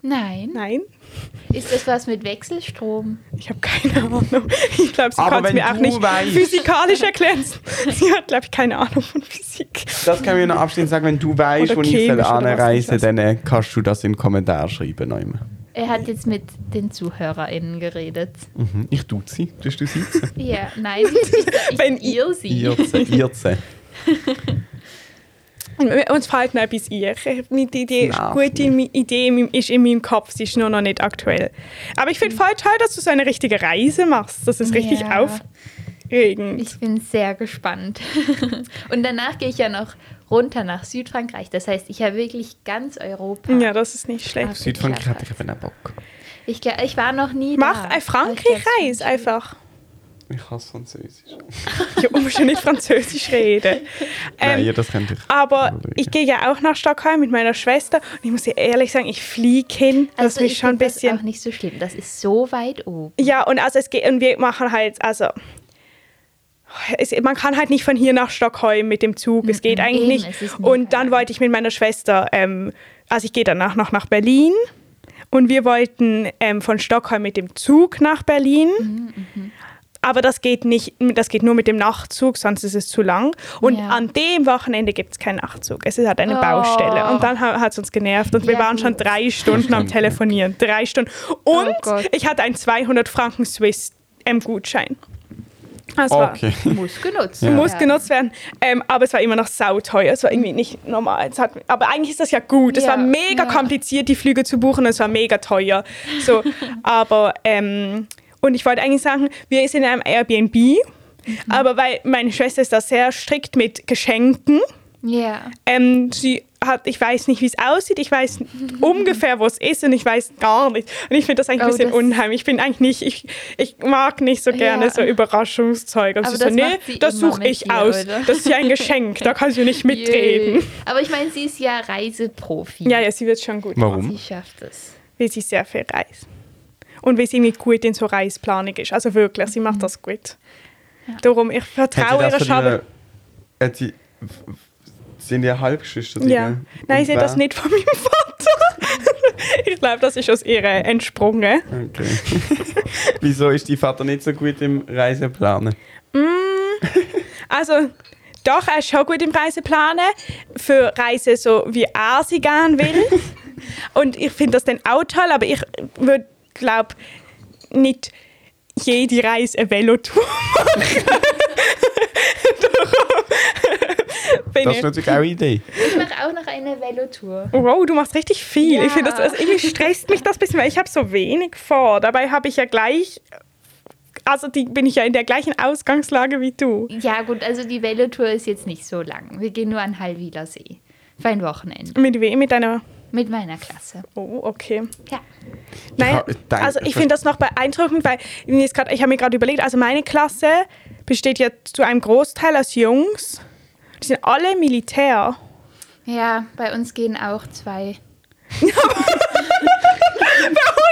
Nein. Nein? Ist das was mit Wechselstrom? Ich habe keine Ahnung. Ich glaube, sie Aber kann es wenn mir auch du nicht weißt- physikalisch erklären. Sie hat, glaube ich, keine Ahnung von Physik. Das kann ich noch abschließend sagen, wenn du weißt, Oder wo ich chemisch soll oder was anreisen nicht soll, dann äh, kannst du das in den Kommentar schreiben. noch immer. Er hat jetzt mit den ZuhörerInnen geredet. Mhm. Ich tue sie. Tust du [LAUGHS] sie? Ja, nein, ich, ich, Wenn ich, ihr sie. Irze, Irze. Uns fällt noch etwas ein. Ich- meine- Die, die Nervt gute Mi- Idee in meinem- ist in meinem Kopf, sie ist nur noch nicht aktuell. Aber ich finde voll toll, dass du so eine richtige Reise machst. Das ist richtig Ja. aufregend. Ich bin sehr gespannt. [LAUGHS] Und danach gehe ich ja noch runter nach Südfrankreich. Das heißt, ich habe wirklich ganz Europa. ja, das ist nicht schlecht. Auf den Südfrankreich Platz. hatte ich eben auch Bock. Ich, glaub, also ich war noch nie Mach da. eine Aber ich glaub's Frankreich-Reise nicht. einfach. [LAUGHS] Ich hasse Französisch. Ähm, Ich muss ja nicht Französisch [LAUGHS] reden. Ähm, Nein, ja, das könnte ich. Aber überlegen. ich gehe ja auch nach Stockholm mit meiner Schwester und ich muss dir ehrlich sagen, ich fliege hin, was mich Also ich schon ein find Das bisschen. auch nicht so schlimm. Das ist so weit oben. Ja, und also es geht und wir machen halt, also es, man kann halt nicht von hier nach Stockholm mit dem Zug. Es geht Mhm, eigentlich eben, es nicht. ist nie Und dann weit. wollte ich mit meiner Schwester, ähm, also ich gehe danach noch nach Berlin. Und wir wollten ähm, von Stockholm mit dem Zug nach Berlin. Mm, mhm. Aber das geht nicht, das geht nur mit dem Nachtzug, sonst ist es zu lang. Und Ja. an dem Wochenende gibt es keinen Nachtzug. Es ist halt eine Oh. Baustelle. Und dann hat es uns genervt. Und wir Ja, waren schon gut. drei Stunden am Verstanden. Telefonieren. Drei Stunden. Und Oh Gott. ich hatte einen 200 Franken Swiss ähm, Gutschein. Das war, Okay. [LAUGHS] Muss genutzt. muss Ja. genutzt werden. Ähm, aber es war immer noch sauteuer. Es war irgendwie nicht normal. Es hat, aber eigentlich ist das ja gut. Es Ja, war mega ja. kompliziert, die Flüge zu buchen. Es war mega teuer. [LAUGHS] So, aber ähm, und ich wollte eigentlich sagen, wir sind in einem Airbnb. Mhm. Aber weil meine Schwester ist da sehr strikt mit Geschenken. Ja. Ähm, sie hat, ich weiß nicht, wie es aussieht, ich weiß ungefähr, wo es ist und ich weiß gar nicht. Und ich finde das eigentlich ein Oh, bisschen das- unheimlich. Ich bin eigentlich nicht, ich, ich mag nicht so gerne Ja. so Überraschungszeug. Und Aber sie so, das nee, macht sie das immer suche mit ich dir, aus. oder? Das ist ja ein Geschenk, da kannst du [LAUGHS] nicht Yay. mitreden. Aber ich meine, sie ist ja Reiseprofi. Ja, ja, sie wird schon gut. Warum? Sie schafft es. Weil sie sehr viel reist. Und weil sie irgendwie gut in so Reisplanung ist. Also wirklich, sie Mhm. macht das gut. Darum, ich Hat vertraue sie das ihrer von ihrer- Schabe. hat sie- f- f- Sind ja Halbgeschwister? die, Ja. gell? Nein, Und sie hat das wer- nicht von meinem Vater. [LAUGHS] ich glaube, das ist aus ihr entsprungen. Okay. [LAUGHS] Wieso ist dein Vater nicht so gut im Reiseplanen? Also, doch, er ist schon gut im Reiseplanen. Für Reisen, so wie er sie gerne will. Und ich finde das dann auch toll, aber ich würde, glaube nicht jede Reise eine Velotour machen. [LAUGHS] Darum bin Das ist ich- natürlich auch eine Idee. Ich mache auch noch eine Velotour. Wow, du machst richtig viel. Ja. Ich finde, das, das irgendwie stresst mich das ein bisschen, weil ich habe so wenig vor. Dabei habe ich ja gleich, also die, bin ich ja in der gleichen Ausgangslage wie du. Ja, gut, also die Velotour ist jetzt nicht so lang. Wir gehen nur an Halwiler See. Für ein Wochenende. Mit wem? Mit deiner. Mit meiner Klasse. Oh, okay. Ja. Nein, Ja, dein- also ich finde das noch beeindruckend, weil mir ist grad, ich habe mir gerade überlegt, also meine Klasse besteht ja zu einem Großteil aus Jungs. Die sind alle Militär. Ja, bei uns gehen auch zwei. [LAUGHS]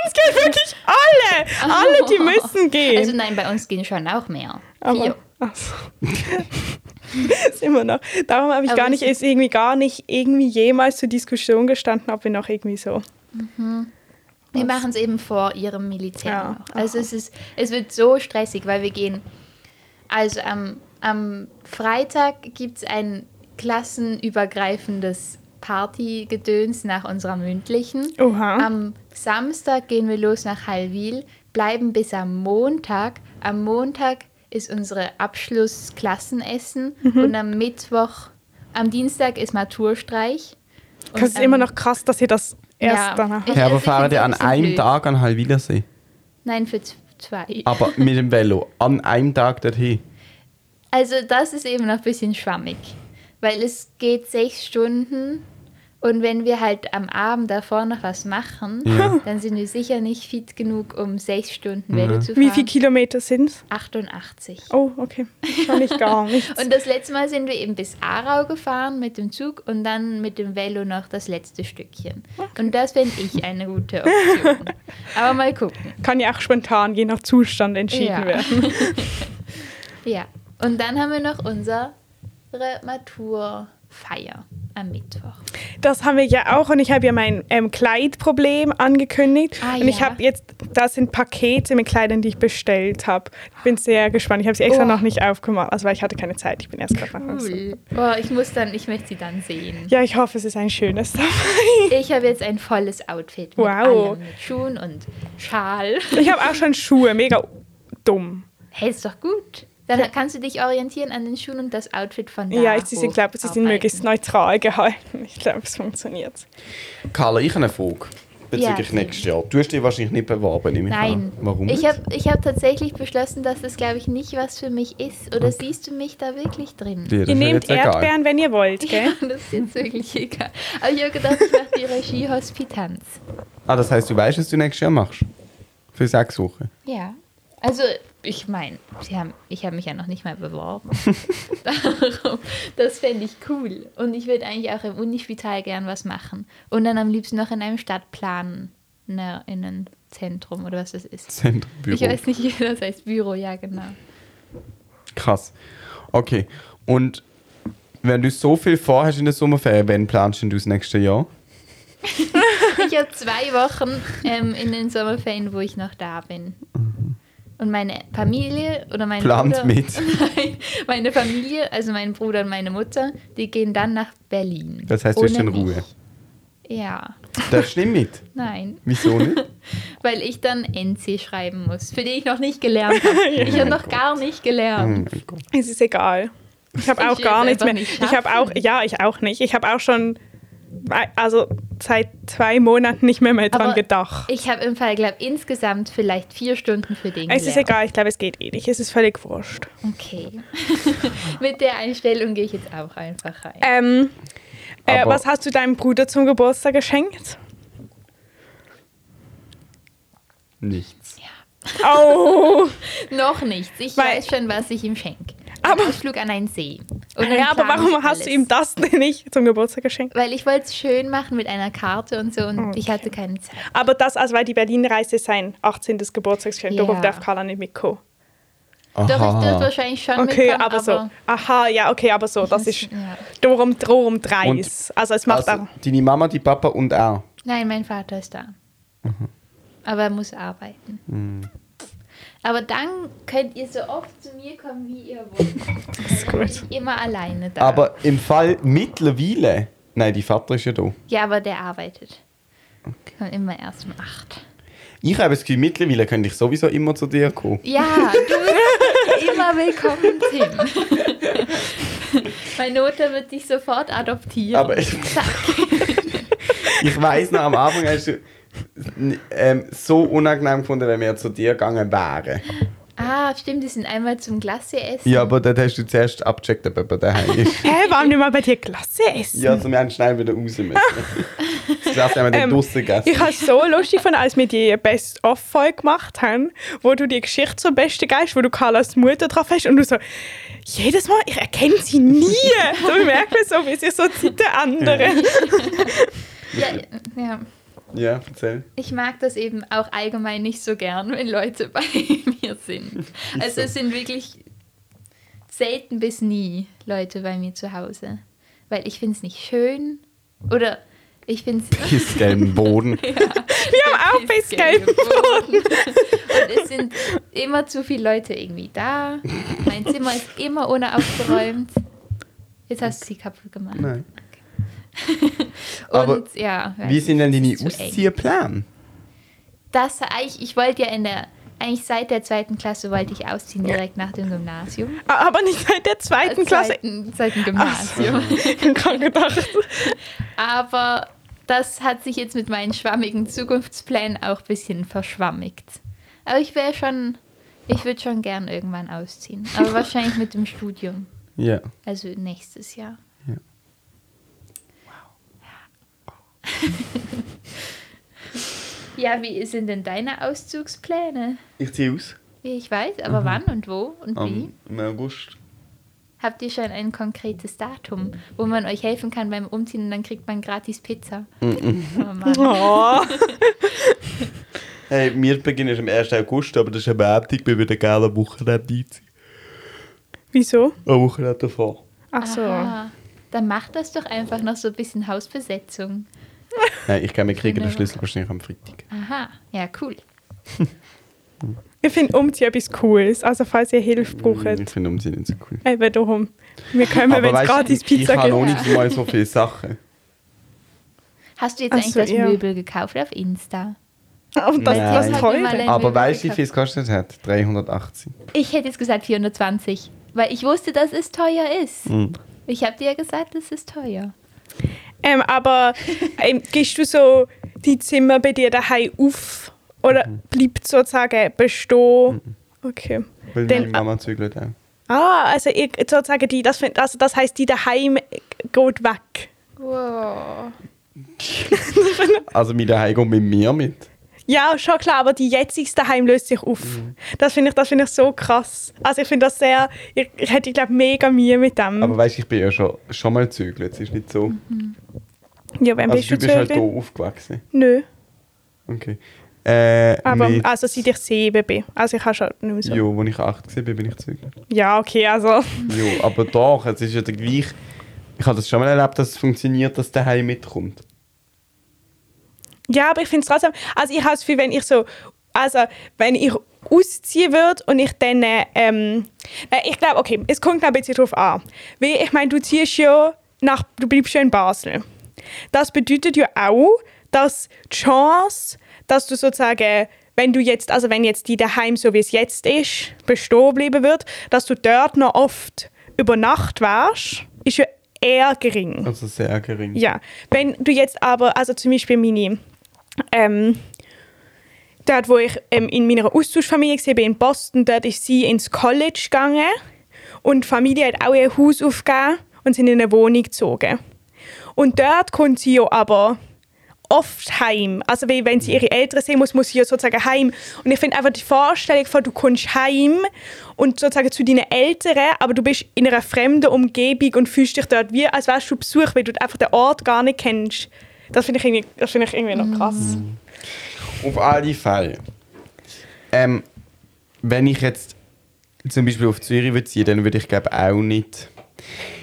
Uns gehen wirklich alle. Alle, [LAUGHS] die müssen gehen. Also nein, bei uns gehen schon auch mehr. Aber, Vier. ach so. [LAUGHS] ist immer noch. Darum habe ich Aber gar nicht, ich- ist irgendwie gar nicht irgendwie jemals zur Diskussion gestanden, ob wir noch irgendwie so. Wir machen es eben vor ihrem Militär. Ja. Noch. Also es, ist, es wird so stressig, weil wir gehen. Also am, am Freitag gibt es ein klassenübergreifendes Partygedöns nach unserer mündlichen. Oha. Am Samstag gehen wir los nach Halwil, bleiben bis am Montag. Am Montag ist unsere Abschlussklassenessen Mhm. und am Mittwoch, am Dienstag ist Maturstreich. Und Das ist am- immer noch krass, dass ihr das erst Ja. danach. [LAUGHS] Ich- Ja, also aber ich fahren find's die an ein bisschen einem blöd. Tag an Halwilersee? Nein, für z- zwei. Aber mit dem Velo. An einem Tag dorthin. Also das ist eben noch ein bisschen schwammig, weil es geht sechs Stunden und wenn wir halt am Abend davor noch was machen, Ja. dann sind wir sicher nicht fit genug, um sechs Stunden Velo zu fahren. Wie viele Kilometer sind es? 88. Oh, okay. Schon nicht [LAUGHS] gar nichts. Und das letzte Mal sind wir eben bis Aarau gefahren mit dem Zug und dann mit dem Velo noch das letzte Stückchen. Und das fände ich eine gute Option. Aber mal gucken. Kann ja auch spontan, je nach Zustand, entschieden Ja. werden. Ja. Und dann haben wir noch unsere Maturfeier am Mittwoch. Das haben wir ja auch und ich habe ja mein ähm, Kleidproblem angekündigt. Ah, und ich ja. habe jetzt, das sind Pakete mit Kleidern, die ich bestellt habe. Ich bin sehr gespannt. Ich habe sie extra Oh. noch nicht aufgemacht, also weil ich hatte keine Zeit. Ich bin erst gerade nach Hause. Cool. Oh, ich muss dann, ich möchte sie dann [LAUGHS] sehen. Ja, ich hoffe, es ist ein schönes dabei. Ich habe jetzt ein volles Outfit mit Wow. allem, mit Schuhen und [LAUGHS] Schal. [LAUGHS] Ich habe auch schon Schuhe, mega dumm. Hey, ist doch gut. Dann kannst du dich orientieren an den Schuhen und das Outfit von da Ja, ich, sie sind, glaube sie sind hocharbeiten. möglichst neutral gehalten. Ich glaube, es funktioniert. Carla, ich habe eine Frage. Bezüglich Ja, nächstes Jahr. Du hast dich wahrscheinlich nicht beworben, nehme ich Nein. an. Warum? Ich nicht? habe ich hab tatsächlich beschlossen, dass das, glaube ich, nicht was für mich ist. Oder siehst du mich da wirklich drin? [LAUGHS] Dir, das ihr ist mir nehmt jetzt egal. Erdbeeren, wenn ihr wollt, gell? Das ist jetzt wirklich egal. Aber ich habe gedacht, ich mache die Regie Hospitanz. Ah, das heisst, du weißt, was du nächstes Jahr machst? Für sechs Wochen. Ja. Also ich meine, sie haben, ich habe mich ja noch nicht mal beworben. Darum, das fände ich cool. Und ich würde eigentlich auch im Unispital gern was machen. Und dann am liebsten noch in einem ne, Stadtplanerinnenzentrum oder was das ist. Zentrbüro. Ich weiß nicht, [LAUGHS] wie das heißt Büro, ja genau. Krass. Okay. Und wenn du so viel vorhast in der Sommerferien, äh, wann planst denn du das nächste Jahr? Ich habe zwei Wochen ähm, in den Sommerferien, wo ich noch da bin. Und meine Familie oder mein Mhm. Plant Bruder, mit. [LAUGHS] Nein, meine Familie, also mein Bruder und meine Mutter, die gehen dann nach Berlin. Das heißt, du bist in Ohne Ruhe. mich. Ja, Darfst du nicht mit? nein, [LAUGHS] Wieso nicht? weil ich dann NC schreiben muss, für die ich noch nicht gelernt habe. [LAUGHS] Ich mein habe noch Gott. gar nicht Oh gelernt. mein Gott. Es ist egal. Ich habe auch will's gar nichts einfach mehr. nicht ich habe auch, schaffen. ja, ich auch nicht. Ich habe auch schon, wei- also seit zwei Monaten nicht mehr, mehr dran Aber gedacht. Ich habe im Fall, glaube insgesamt vielleicht vier Stunden für den Es ist gelernt. egal, ich glaube, es geht eh nicht. Es ist völlig wurscht. Okay. [LAUGHS] Mit der Einstellung gehe ich jetzt auch einfach rein. Ähm, äh, Aber- was hast du deinem Bruder zum Geburtstag [LAUGHS] geschenkt? Nichts. Oh, Noch nichts. Ich Weil- weiß schon, was ich ihm schenke. Aber- Ein Ausflug an einen See. Und dann ja, aber plane warum ich hast du alles. ihm das denn nicht zum Geburtstag geschenkt? Weil ich wollte es schön machen mit einer Karte und so und ich hatte keine Zeit. Aber das, also weil die Berlin-Reise sein 18. Geburtstagsgeschenk, Ja. darauf darf Carla nicht mitkommen. Aha. Doch, ich dürfte wahrscheinlich schon Okay, mitkommen, aber, so. Aha, ja, okay, aber so. [LAUGHS] Das ist Ja. darum, darum drei. Und- ist. Also es macht also, auch. deine Mama, die Papa und auch. Nein, mein Vater ist da. Mhm. Aber er muss arbeiten. Aber dann könnt ihr so oft zu mir kommen, wie ihr wollt. Das ist [LAUGHS] Bin gut. ich immer alleine da. Aber im Fall mittlerweile. Nein, die Vater ist ja da. ja, aber der arbeitet. Kommt immer erst um acht. Ich habe das Gefühl, mittlerweile könnte ich sowieso immer zu dir kommen. Ja, [LAUGHS] du bist immer willkommen, Tim. Meine Mutter wird dich sofort adoptieren. Aber ich, ich weiß noch, am Anfang hast du ähm, so unangenehm gefunden, wenn wir zu dir gegangen wären. ah, stimmt, die sind einmal zum Glasse essen. Ja, aber dann hast du zuerst abgecheckt, ob jemand daheim ist. Hä, warum nicht mal bei dir Klasse essen? ja, also wir haben schnell wieder raus müssen. [LAUGHS] Das Glas haben wir dann Ähm, draussen gegessen. Ich habe so lustig von als wir die Best-of-Folge gemacht haben, wo du die Geschichte zum Besten gehst, wo du Carlas Mutter drauf hast und du so, jedes Mal, ich erkenne sie nie. [LAUGHS] So, ich merke mir so, wie sie so zieht der andere. Ja, ja. Ja, erzähl. Ich mag das eben auch allgemein nicht so gern, wenn Leute [LAUGHS] bei mir sind. Also es sind wirklich selten bis nie Leute bei mir zu Hause. Weil ich finde es nicht schön. Oder ich finde es... Pissgelben Boden. Wir haben auch Best-Game. Boden. [LAUGHS] Und es sind immer zu viele Leute irgendwie da. Mein Zimmer ist immer unaufgeräumt. Jetzt hast du sie kaputt gemacht. Nein. Und Aber ja, weiß Wie sind denn nicht, deine es ist zu eng. Ausziehpläne? Das eigentlich, ich wollte ja in der, eigentlich seit der zweiten Klasse wollte ich ausziehen, direkt nach dem Gymnasium. Äh, Aber nicht seit der zweiten Klasse. Zweiten, zweiten Gymnasium. Ich habe gerade gedacht. Aber das hat sich jetzt mit meinen schwammigen Zukunftsplänen auch ein bisschen verschwammigt. Aber ich wäre schon, ich würde schon gern irgendwann ausziehen. Aber wahrscheinlich mit dem Studium. Ja. Also nächstes Jahr. Ja. Ja. ja, wie sind denn deine Auszugspläne? Ich ziehe aus. Ich weiß, aber wann und wo und wie? Am, Im August. Habt ihr schon ein konkretes Datum, wo man euch helfen kann beim Umziehen und dann kriegt man gratis Pizza? Oh Mann. Oh. Hey, wir beginnen am 1. August, aber das ist ein Montag, wir würden gerne am Wochenende einziehen. Wieso? Am Wochenende davor. Ach so. Aha. Dann macht das doch einfach noch so ein bisschen Hausbesetzung. Nein, ich kann mir kriegen den Schlüssel wahrscheinlich am Freitag. Aha, ja, cool. Ich finde Umziehen etwas Cooles. Also, falls ihr Hilfe Ich braucht, finde Umziehen nicht so cool. eben darum. Wir können, wenn es Hm. weißt du, gratis ich Pizza habe noch gibt. nicht mal so viele Sachen. Hast du jetzt Ach eigentlich so, das ja. Möbel gekauft auf Insta? [LAUGHS] Und das Nein. ist Ich das hab immer Teure. Ein Aber Möbel weißt du, wie gekauft. viel es kostet hat? 380. Ich hätte jetzt gesagt 420, weil ich wusste, dass es teuer ist. Hm. Ich habe dir ja gesagt, es ist teuer. Ähm, aber ähm, gehst du so die Zimmer bei dir daheim auf oder Mhm. bleibt sozusagen bestehen? Okay. Weil Denn- meine Mama zügelt auch. Ah, also ihr, sozusagen die, das, find- also das heißt, die daheim geht weg. Wow. Also mit der Heiko mit mir mit. Ja, schon klar, aber die jetzigste Heim löst sich auf. Mhm. Das finde ich, das finde ich so krass. Also ich finde das sehr, ich, ich hätte, glaube mega Mühe mit dem. Aber weißt du, ich bin ja schon, schon mal gezügelt. Es ist nicht so. ja, wenn Also, bist du du bist halt hier Zögling? aufgewachsen. Nö, Okay. Äh, aber mit, also seit ich sieben bin. Also ich habe schon nicht mehr so. Jo, als ich 8 war, bin ich gezügelt. Ja, okay, also. Jo, aber doch, es ist ja der gleich. Ich habe das schon mal erlebt, dass es funktioniert, dass der Heim mitkommt. Ja, aber ich finde es trotzdem. Also ich habe das Gefühl, wenn ich so, also wenn ich ausziehen würde und ich dann, äh, ähm, äh, ich glaube, okay, es kommt noch ein bisschen drauf an. Weil ich meine, du ziehst ja nach, du bleibst ja in Basel. Das bedeutet ja auch, dass die Chance, dass du sozusagen, wenn du jetzt, also wenn jetzt die daheim so wie es jetzt ist, bestehen bleiben wird, dass du dort noch oft über Nacht wärst, ist ja eher gering. Also sehr gering. Ja, wenn du jetzt aber, also zum Beispiel meine, ähm, dort wo ich ähm, in meiner Austauschfamilie war, in Boston, dort ist sie ins College gegangen und die Familie hat auch ihr Haus aufgegeben und sind in eine Wohnung gezogen. Und dort kommt sie ja aber oft heim. Also weil wenn sie ihre Eltern sehen muss, muss sie ja sozusagen heim. Und ich finde einfach die Vorstellung von, du kommst heim und sozusagen zu deinen Eltern, aber du bist in einer fremden Umgebung und fühlst dich dort wie, als wärst du Besuch, weil du einfach den Ort gar nicht kennst. Das finde ich, irgendwie- das finde ich irgendwie noch krass. Auf alle Fälle. Ähm, wenn ich jetzt zum Beispiel auf Zürich würde ziehen, dann würde ich glaube auch nicht.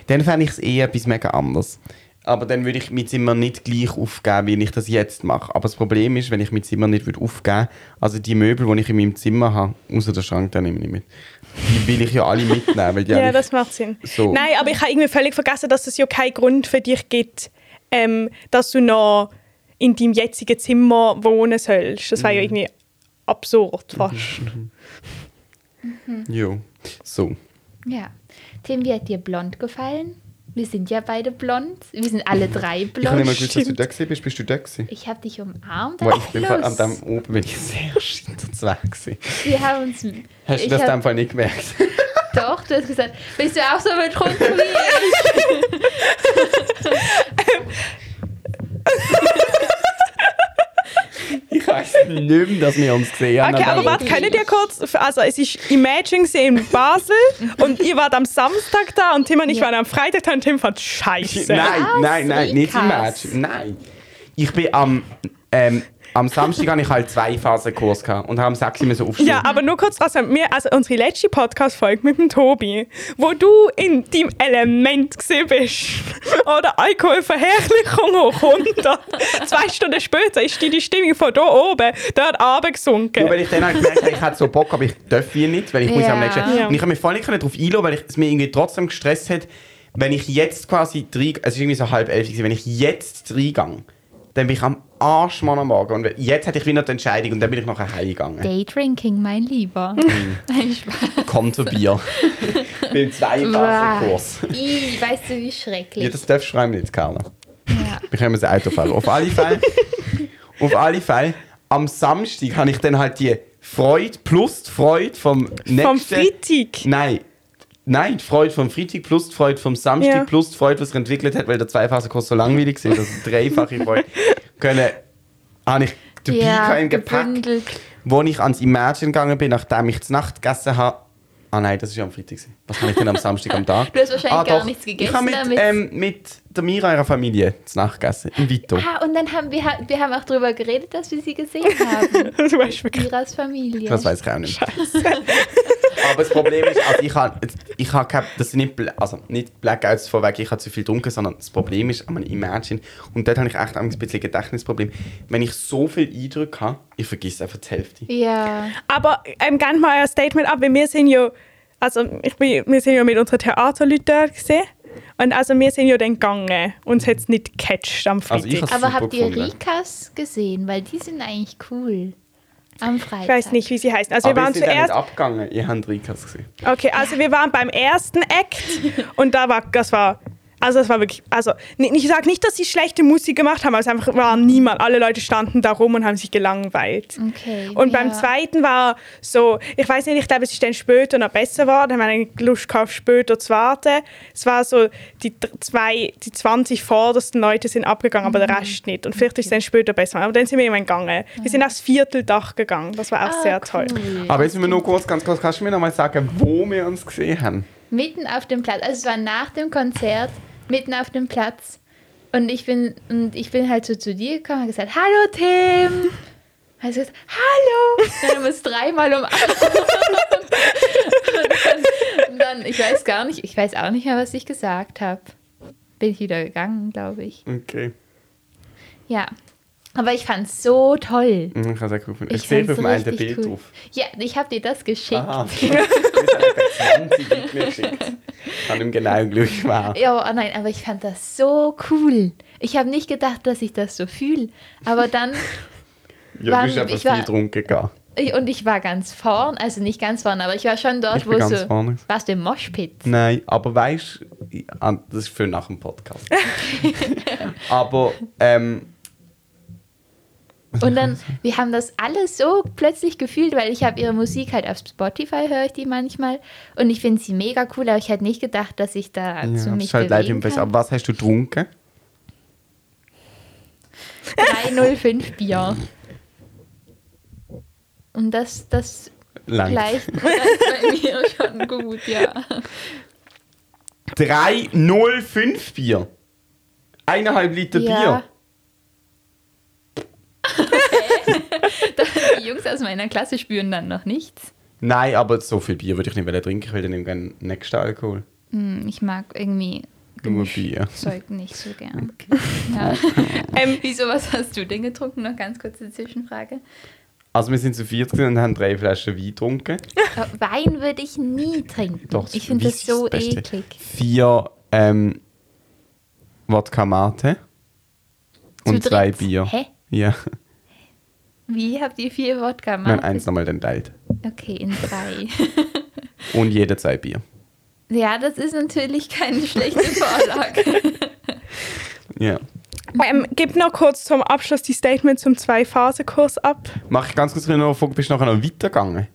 Dann fände ich es eher etwas mega anders. Aber dann würde ich mein Zimmer nicht gleich aufgeben, wie ich das jetzt mache. Aber das Problem ist, wenn ich mein Zimmer nicht würde aufgeben würde, also die Möbel, die ich in meinem Zimmer habe, außer der Schrank, den nehme ich nicht mit. Die will ich ja alle mitnehmen, weil die [LAUGHS] Ja, alle- das macht Sinn. So. Nein, aber ich habe irgendwie völlig vergessen, dass es ja keinen Grund für dich gibt, ähm, dass du noch in deinem jetzigen Zimmer wohnen sollst. Das war ja irgendwie absurd fast. Jo. So. Ja. Tim, wie hat dir blond gefallen? Wir sind ja beide blond. Wir sind alle drei Ich habe nicht mal blond. gewusst, dass du da gewesen bist. Bist du da gewesen? Ich habe dich umarmt. Boah, am ich bin Schluss. am dem oben bin ich [LAUGHS] sehr schitternd gewesen. Wir haben Hast uns. du ich das in hab- dem Fall nicht gemerkt? Doch, du hast gesagt, bist du auch so betrunken wie ich? Ich weiß [LAUGHS] nicht mehr, dass wir uns gesehen haben. Okay, an aber dem warte, Abend. könnt ihr kurz, also es ist Imagine gewesen in Basel und ihr wart am Samstag da und Tim und ich Ja. waren am Freitag da und Tim fand scheiße. Nein, Was? nein, nein, nicht im Match. Rikas. Nein. Ich bin am, ähm, am Samstag hatte ich halt zwei Phasen Kurs gehabt und habe am 6 Uhr müssen aufstehen. Ja, aber nur kurz trotzdem, wir, also unsere letzte Podcast-Folge mit dem Tobi, wo du in deinem Element gewesen bist oder Alkoholverherrlichung hochkommt. Zwei Stunden später ist deine Stimmung von da oben dort Nur runtergesunken. weil ich dann halt gemerkt habe, ich hätte so Bock, aber ich darf hier nicht, weil ich muss Ja. am nächsten. Ja. Und ich habe mich voll nicht darauf einlassen, weil ich, es mir irgendwie trotzdem gestresst hat, wenn ich jetzt quasi drei, es ist irgendwie so halb elf, gewesen, wenn ich jetzt reingehe, dann bin ich am Arsch Mann, am Morgen. Und jetzt hatte ich wieder die Entscheidung und dann bin ich nachher heimgegangen. Daydrinking, mein Lieber. Mhm. [LAUGHS] Nein, Spaß. Komm [LAUGHS] zu Bier. Beim zwei Phasen Kurs. Ih, weißt du, wie Ja, schrecklich. das darfst du schreiben nicht, Carla. Ja. Wir können das Auto fahren. Auf alle Fälle. auf alle Fälle. Am Samstag habe ich dann halt die Freude plus die Freude vom nächsten... Vom Freitag. Nein. Nein, die Freude vom Freitag plus die Freude vom Samstag Ja. plus die Freude, was sich entwickelt hat, weil der Zweiphasenkurs so langweilig war, dass die dreifache Freude können... Habe ich dabei ja, im Gepäck, gebündelt. wo ich ans Imagine gegangen bin, nachdem ich zu Nacht gegessen habe. Ah nein, das ist ja am Freitag. gewesen. Was habe ich denn am Samstag am Tag? [LAUGHS] Ah, Du hast wahrscheinlich gar nichts Ich habe gegessen, mit, damit- ähm, mit der Mira ihrer Familie zu Nacht gegessen, in Vito. Ah, und dann haben wir, wir haben auch darüber geredet, dass wir [LAUGHS] sie gesehen haben. Du weißt wirklich. Miras Familie. Das weiß ich auch nicht. [LAUGHS] Aber das Problem ist, also ich habe, ich habe keine, das sind nicht, Bla- also nicht Blackouts von wegen, ich habe zu viel getrunken, sondern das Problem ist, man Imagine, und dort habe ich echt ein bisschen Gedächtnisproblem, wenn ich so viel Eindrücke habe, ich vergesse einfach die Hälfte. Ja. Aber ähm, gerne mal ein Statement ab, weil wir sind ja, also ich bin, wir sind ja mit unseren Theaterleuten dort gesehen. Und also wir sind ja dann gegangen. Uns hat es nicht gecatcht am Also Freitag. ich hab's- Aber Super habt ihr gefunden. Rikas gesehen? Weil die sind eigentlich cool. Am Freitag. ich weiß nicht, wie sie heißen. Also Aber wir Ah, wir waren sind ja nicht zuerst abgegangen, ihr habt Rikas gesehen. Okay, also wir waren beim ersten Act und da war, das war Also es war wirklich, also ni- ich sage nicht, dass sie schlechte Musik gemacht haben, aber es einfach war niemand. Alle Leute standen da rum und haben sich gelangweilt. Okay, Und beim ja. zweiten war so, ich weiß nicht, ich glaube, es ist dann später noch besser geworden, haben wir eigentlich Lust gehabt, später zu warten. Es war so, die, dr- zwei, die 20 vordersten Leute sind abgegangen, aber Mhm. der Rest nicht. Und vielleicht ist es dann später besser. Aber dann sind wir immer gegangen. Wir sind aufs Vierteldach gegangen, das war auch Ah, sehr cool. toll. Aber jetzt müssen wir nur kurz, ganz kurz, kannst du mir nochmal sagen, wo wir uns gesehen haben? Mitten auf dem Platz. Also es war nach dem Konzert, mitten auf dem Platz. Und ich bin, und ich bin halt so zu dir gekommen und gesagt, hallo Tim! Also gesagt, hallo! Dann haben wir uns dreimal um- [LAUGHS] umarmt. und dann, ich weiß gar nicht, ich weiß auch nicht mehr, was ich gesagt habe. Bin ich wieder gegangen, glaube ich. Okay. Ja. Aber ich fand es so toll. Ich kann es auch gut finden. Ich Ich sehe fand's auf dem einen richtig Bild cool. drauf. Ja, ich habe dir das geschickt. Aha. [LAUGHS] Ich habe 20 Bild mir geschickt. An dem genau Glück war. Ja, oh nein, aber ich fand das so cool. Ich habe nicht gedacht, dass ich das so fühle. [LAUGHS] Aber dann, Ja, Wann- du bist aber ich viel war- getrunken gegangen. ich, und ich war ganz vorn, also nicht ganz vorn, aber ich war schon dort, Ich wo bin ganz so. vorne. Warst du im Moshpit? Nein, aber weißt du, das ist für nach dem [LAUGHS] Podcast. aber, ähm, Und dann, wir haben das alles so plötzlich gefühlt, weil ich habe ihre Musik halt auf Spotify, höre ich die manchmal. Und ich finde sie mega cool, aber ich hätte nicht gedacht, dass ich da ja, zu das mich ist halt leider bewegen im Best. Aber kann. was hast du getrunken? 305 Bier. [LAUGHS] Und das, das Lang. gleicht bei mir schon gut, ja. 3,05 Bier. Eineinhalb Liter Ja. Bier. [LAUGHS] Die Jungs aus meiner Klasse spüren dann noch nichts. Nein, aber so viel Bier würde ich nicht wollen trinken, ich will dann eben gerne nächsten Alkohol. Hm, Ich mag irgendwie Nur Bier. Zeug nicht so gern. [LAUGHS] Ja. Ähm, Wieso, was hast du denn getrunken? Noch ganz kurze Zwischenfrage. Also wir sind zu viert gewesen und haben drei Flaschen Wein getrunken. Äh, Wein würde ich nie trinken. Doch, ich finde Wein das ist so Beste. eklig. Vier ähm, Wodka Mate Zu und zwei dritt? Bier. Hä? Ja, Wie habt ihr vier Wodka wir haben gemacht? eins nochmal dann teilt. Okay, in drei. [LAUGHS] Und jeder zwei Bier. ja, das ist natürlich keine schlechte Vorlage. Ja. ähm, gib noch kurz zum Abschluss die Statement zum Zwei-Phase-Kurs ab. Mach ich ganz kurz noch eine Frage, bist du nachher noch weitergegangen?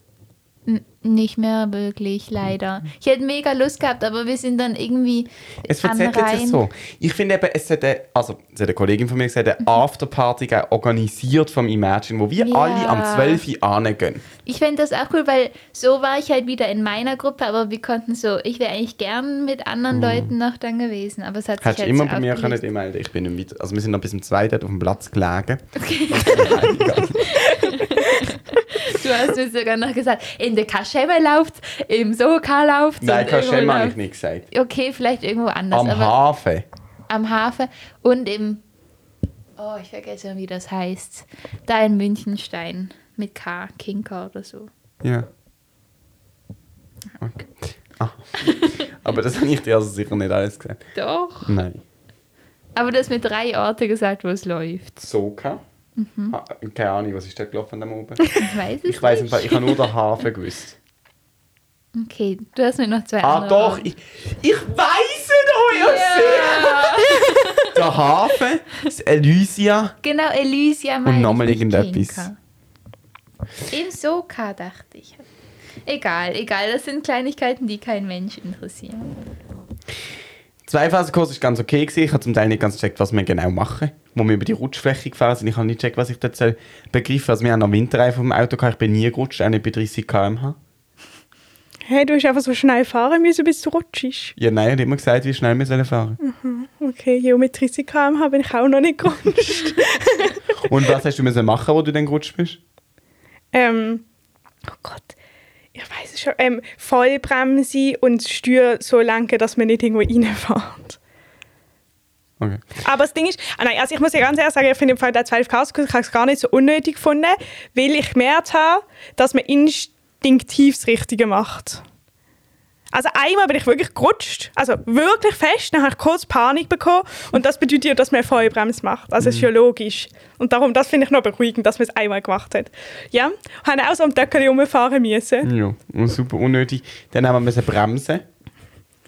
N- nicht mehr wirklich, leider. Ich hätte mega Lust gehabt, aber wir sind dann irgendwie. Mhm. Es am verzettelt sich Rhein. so. Ich finde eben, es hat, also, es hat eine Kollegin von mir gesagt, Mhm. eine Afterparty gegeben, organisiert vom Imagine, wo wir Ja. alle am 12 Uhr hingehen. Ich fände das auch cool, weil so war ich halt wieder in meiner Gruppe, aber wir konnten so, ich wäre eigentlich gern mit anderen Leuten noch dann gewesen, aber es hat sich Hättest halt du Mhm. immer so bei mir können, aufgelöst. ich meine, ich bin nicht weiter. Also wir sind noch bis zum zweiten auf dem Platz gelegen. Du hast mir sogar noch gesagt, in der Kaschemme läuft, im Soka läuft. Nein, Kaschem habe ich nicht gesagt. Okay, vielleicht irgendwo anders, Am genau. aber Hafen. am Hafen und im, oh, ich vergesse schon, wie das heißt, da in Münchenstein mit K, Kinker oder so. Ja. Okay. Ah. [LAUGHS] Aber das habe ich dir also sicher nicht alles gesagt. Doch. Nein. Aber das mit drei Orte gesagt, wo es läuft. Soka. Ah, keine Ahnung, was ist da gelaufen da oben? Ich weiß es Ich weiß im nicht. Fall, ich habe nur den Hafen gewusst. Okay, du hast mir noch zwei Ah andere doch, Orte. ich, ich weiß es euch sehr. [LAUGHS] Der Hafen, das Elysia. Genau, Elysia meine Und nochmal ich, nicht irgendetwas. Kinka. Im Soka dachte ich. Egal, egal, das sind Kleinigkeiten, die kein [LAUGHS] Mensch interessieren. Zweiphasenkurs ist ganz okay gewesen. Ich habe zum Teil nicht ganz gecheckt, was wir genau machen. Wo wir über die Rutschfläche gefahren sind, ich habe nicht gecheckt, was ich dort soll begriffen. Also wir haben noch Winterreifen vom Auto gehabt. Ich bin nie gerutscht, auch nicht bei 30 km/h. Hey, du hast einfach so schnell fahren müssen, bis du rutschst. Ja, nein, er hat immer gesagt, wie schnell wir [LAUGHS] sollen fahren. Okay, jo, mit 30 km/h bin ich auch noch nicht gerutscht. Und was hast du müssen machen, wo du dann gerutscht bist? Ähm, oh Gott, ich weiß es schon. Ähm, Vollbremse und das Steuer so lenken, dass man nicht irgendwo reinfährt. Okay. Aber das Ding ist, ah nein, also ich muss ja ganz ehrlich sagen, ich finde im Fall der 12 Chaos ich habe es gar nicht so unnötig gefunden, weil ich gemerkt habe, dass man instinktiv das Richtige macht. Also einmal bin ich wirklich gerutscht, also wirklich fest, dann habe ich kurz Panik bekommen und das bedeutet ja, dass man eine Vollbremse macht, also es ist ja logisch. Und darum, das finde ich noch beruhigend, dass man es einmal gemacht hat. Ja, haben auch so am Deckel rumfahren müssen. Ja, und super unnötig. Dann haben wir müssen bremsen.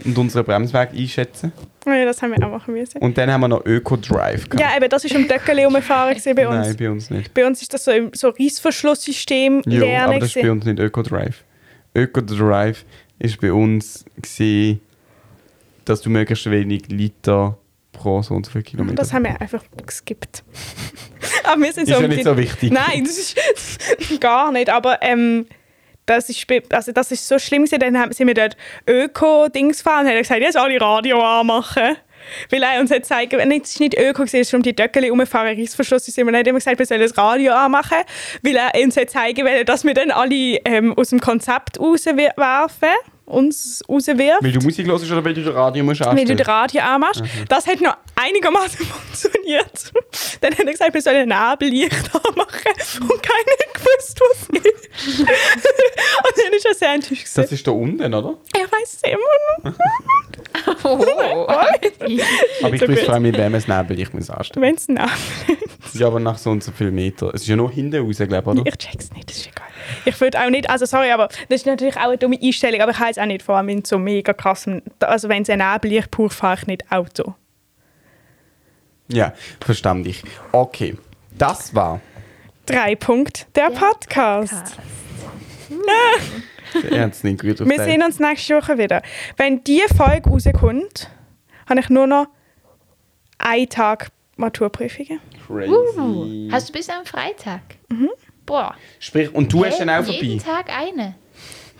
und unseren Bremsweg einschätzen. Ja, das haben wir auch machen müssen. Und dann haben wir noch Öko-Drive gehabt. Ja, eben, das war im Döckerli umgefahren gewesen bei uns. Nein, bei uns nicht. Bei uns ist das so im so Reissverschlusssystem Jo, lernen. aber das ist bei gewesen. uns nicht Öko-Drive. Öko-Drive war bei uns, gewesen, dass du möglichst wenig Liter pro so und so viel Kilometer... Ah, das haben wir einfach geskippt. [LAUGHS] aber wir sind ist so ja im nicht Sinn- so wichtig. Nein, das ist [LAUGHS] gar nicht. Aber ähm, das, ist, be- also das ist so schlimm. Gewesen. Dann haben- sind wir dort Öko-Dings gefahren und haben gesagt, jetzt alle Radio anmachen. Weil er uns hat zeigen, nein, es ist nicht Öko, gewesen, es ist um die Döckeli umfahren, Reissverschluss ist immer nicht immer gesagt, wir sollen das Radio anmachen, weil er uns hat zeigen wollte, dass wir dann alle ähm, aus dem Konzept rauswerfen, uns rauswirft. Weil du Musik hörst oder weil du das Radio musst Wenn du anstellen? das Radio anmachst, das hat noch einigermaßen [LAUGHS] funktioniert. Dann hat er gesagt, wir sollen ein [LAUGHS] Abendlicht anmachen und keiner hat gewusst, was es ist. [LAUGHS] und dann ist er sehr enttäuscht. Das gewesen. ist da unten, oder? Er weiß es immer noch. Oh. Aber ich so weiß gut. vor allem, mit wem es Nebel ich muss anstellen. Wenn es ein Abendlicht Ja, aber nach so und so viel Meter. Es ist ja nur hinten raus, glaube ich, oder? Ich check's nicht, das ist egal. Ich würde auch nicht, also sorry, aber das ist natürlich auch eine dumme Einstellung, aber ich habe jetzt auch nicht vor, mit so mega krassem, also wenn es ein Abendlicht pur fahre ich nicht Auto. Ja, verstand ich. Okay, das war [LAUGHS] Drei Punkte, der, Podcast. der Ernst nicht gut auf Wir sehen uns nächste Woche wieder. Wenn die Folge rauskommt, habe ich nur noch einen Tag Maturprüfungen. Crazy. Uh, hast du bis am Freitag? Mhm. Boah. Sprich, und du hast dann auch vorbei. jeden Tag eine.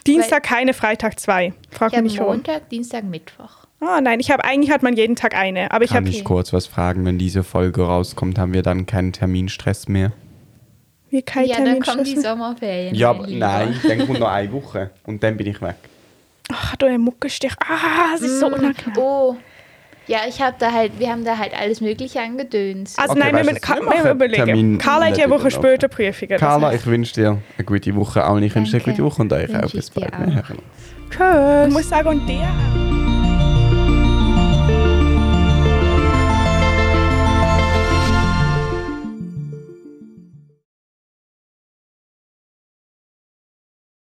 Dienstag keine, Freitag zwei. Frag Ich habe mich nicht warum. Montag, Dienstag, Mittwoch. Ah nein, ich habe eigentlich hat man jeden Tag eine, aber ich Kann habe ich kurz was fragen? Wenn diese Folge rauskommt, haben wir dann keinen Terminstress mehr? wie kein ja, dann kommen die Sommerferien. Ja, mein aber Lieber. nein, dann kommt noch eine Woche und dann bin ich weg. Ach, du ein Muckestich. Ah, es ist so unangenehm. Oh. Ja, ich habe da halt, wir haben da halt alles Mögliche angedönst. Also Okay, nein, wir weißt du, müssen was wir Ka- wir machen? überlegen. Termin Carla hat ja eine nicht Woche überlaufen. später Prüfungen. das Carla, ich wünsche dir eine gute Woche. Auch ich wünsche dir eine Danke. gute Woche und euch Wünsche auch. ich Also, Bis dir bald. auch. heißt- Ich muss sagen, und der...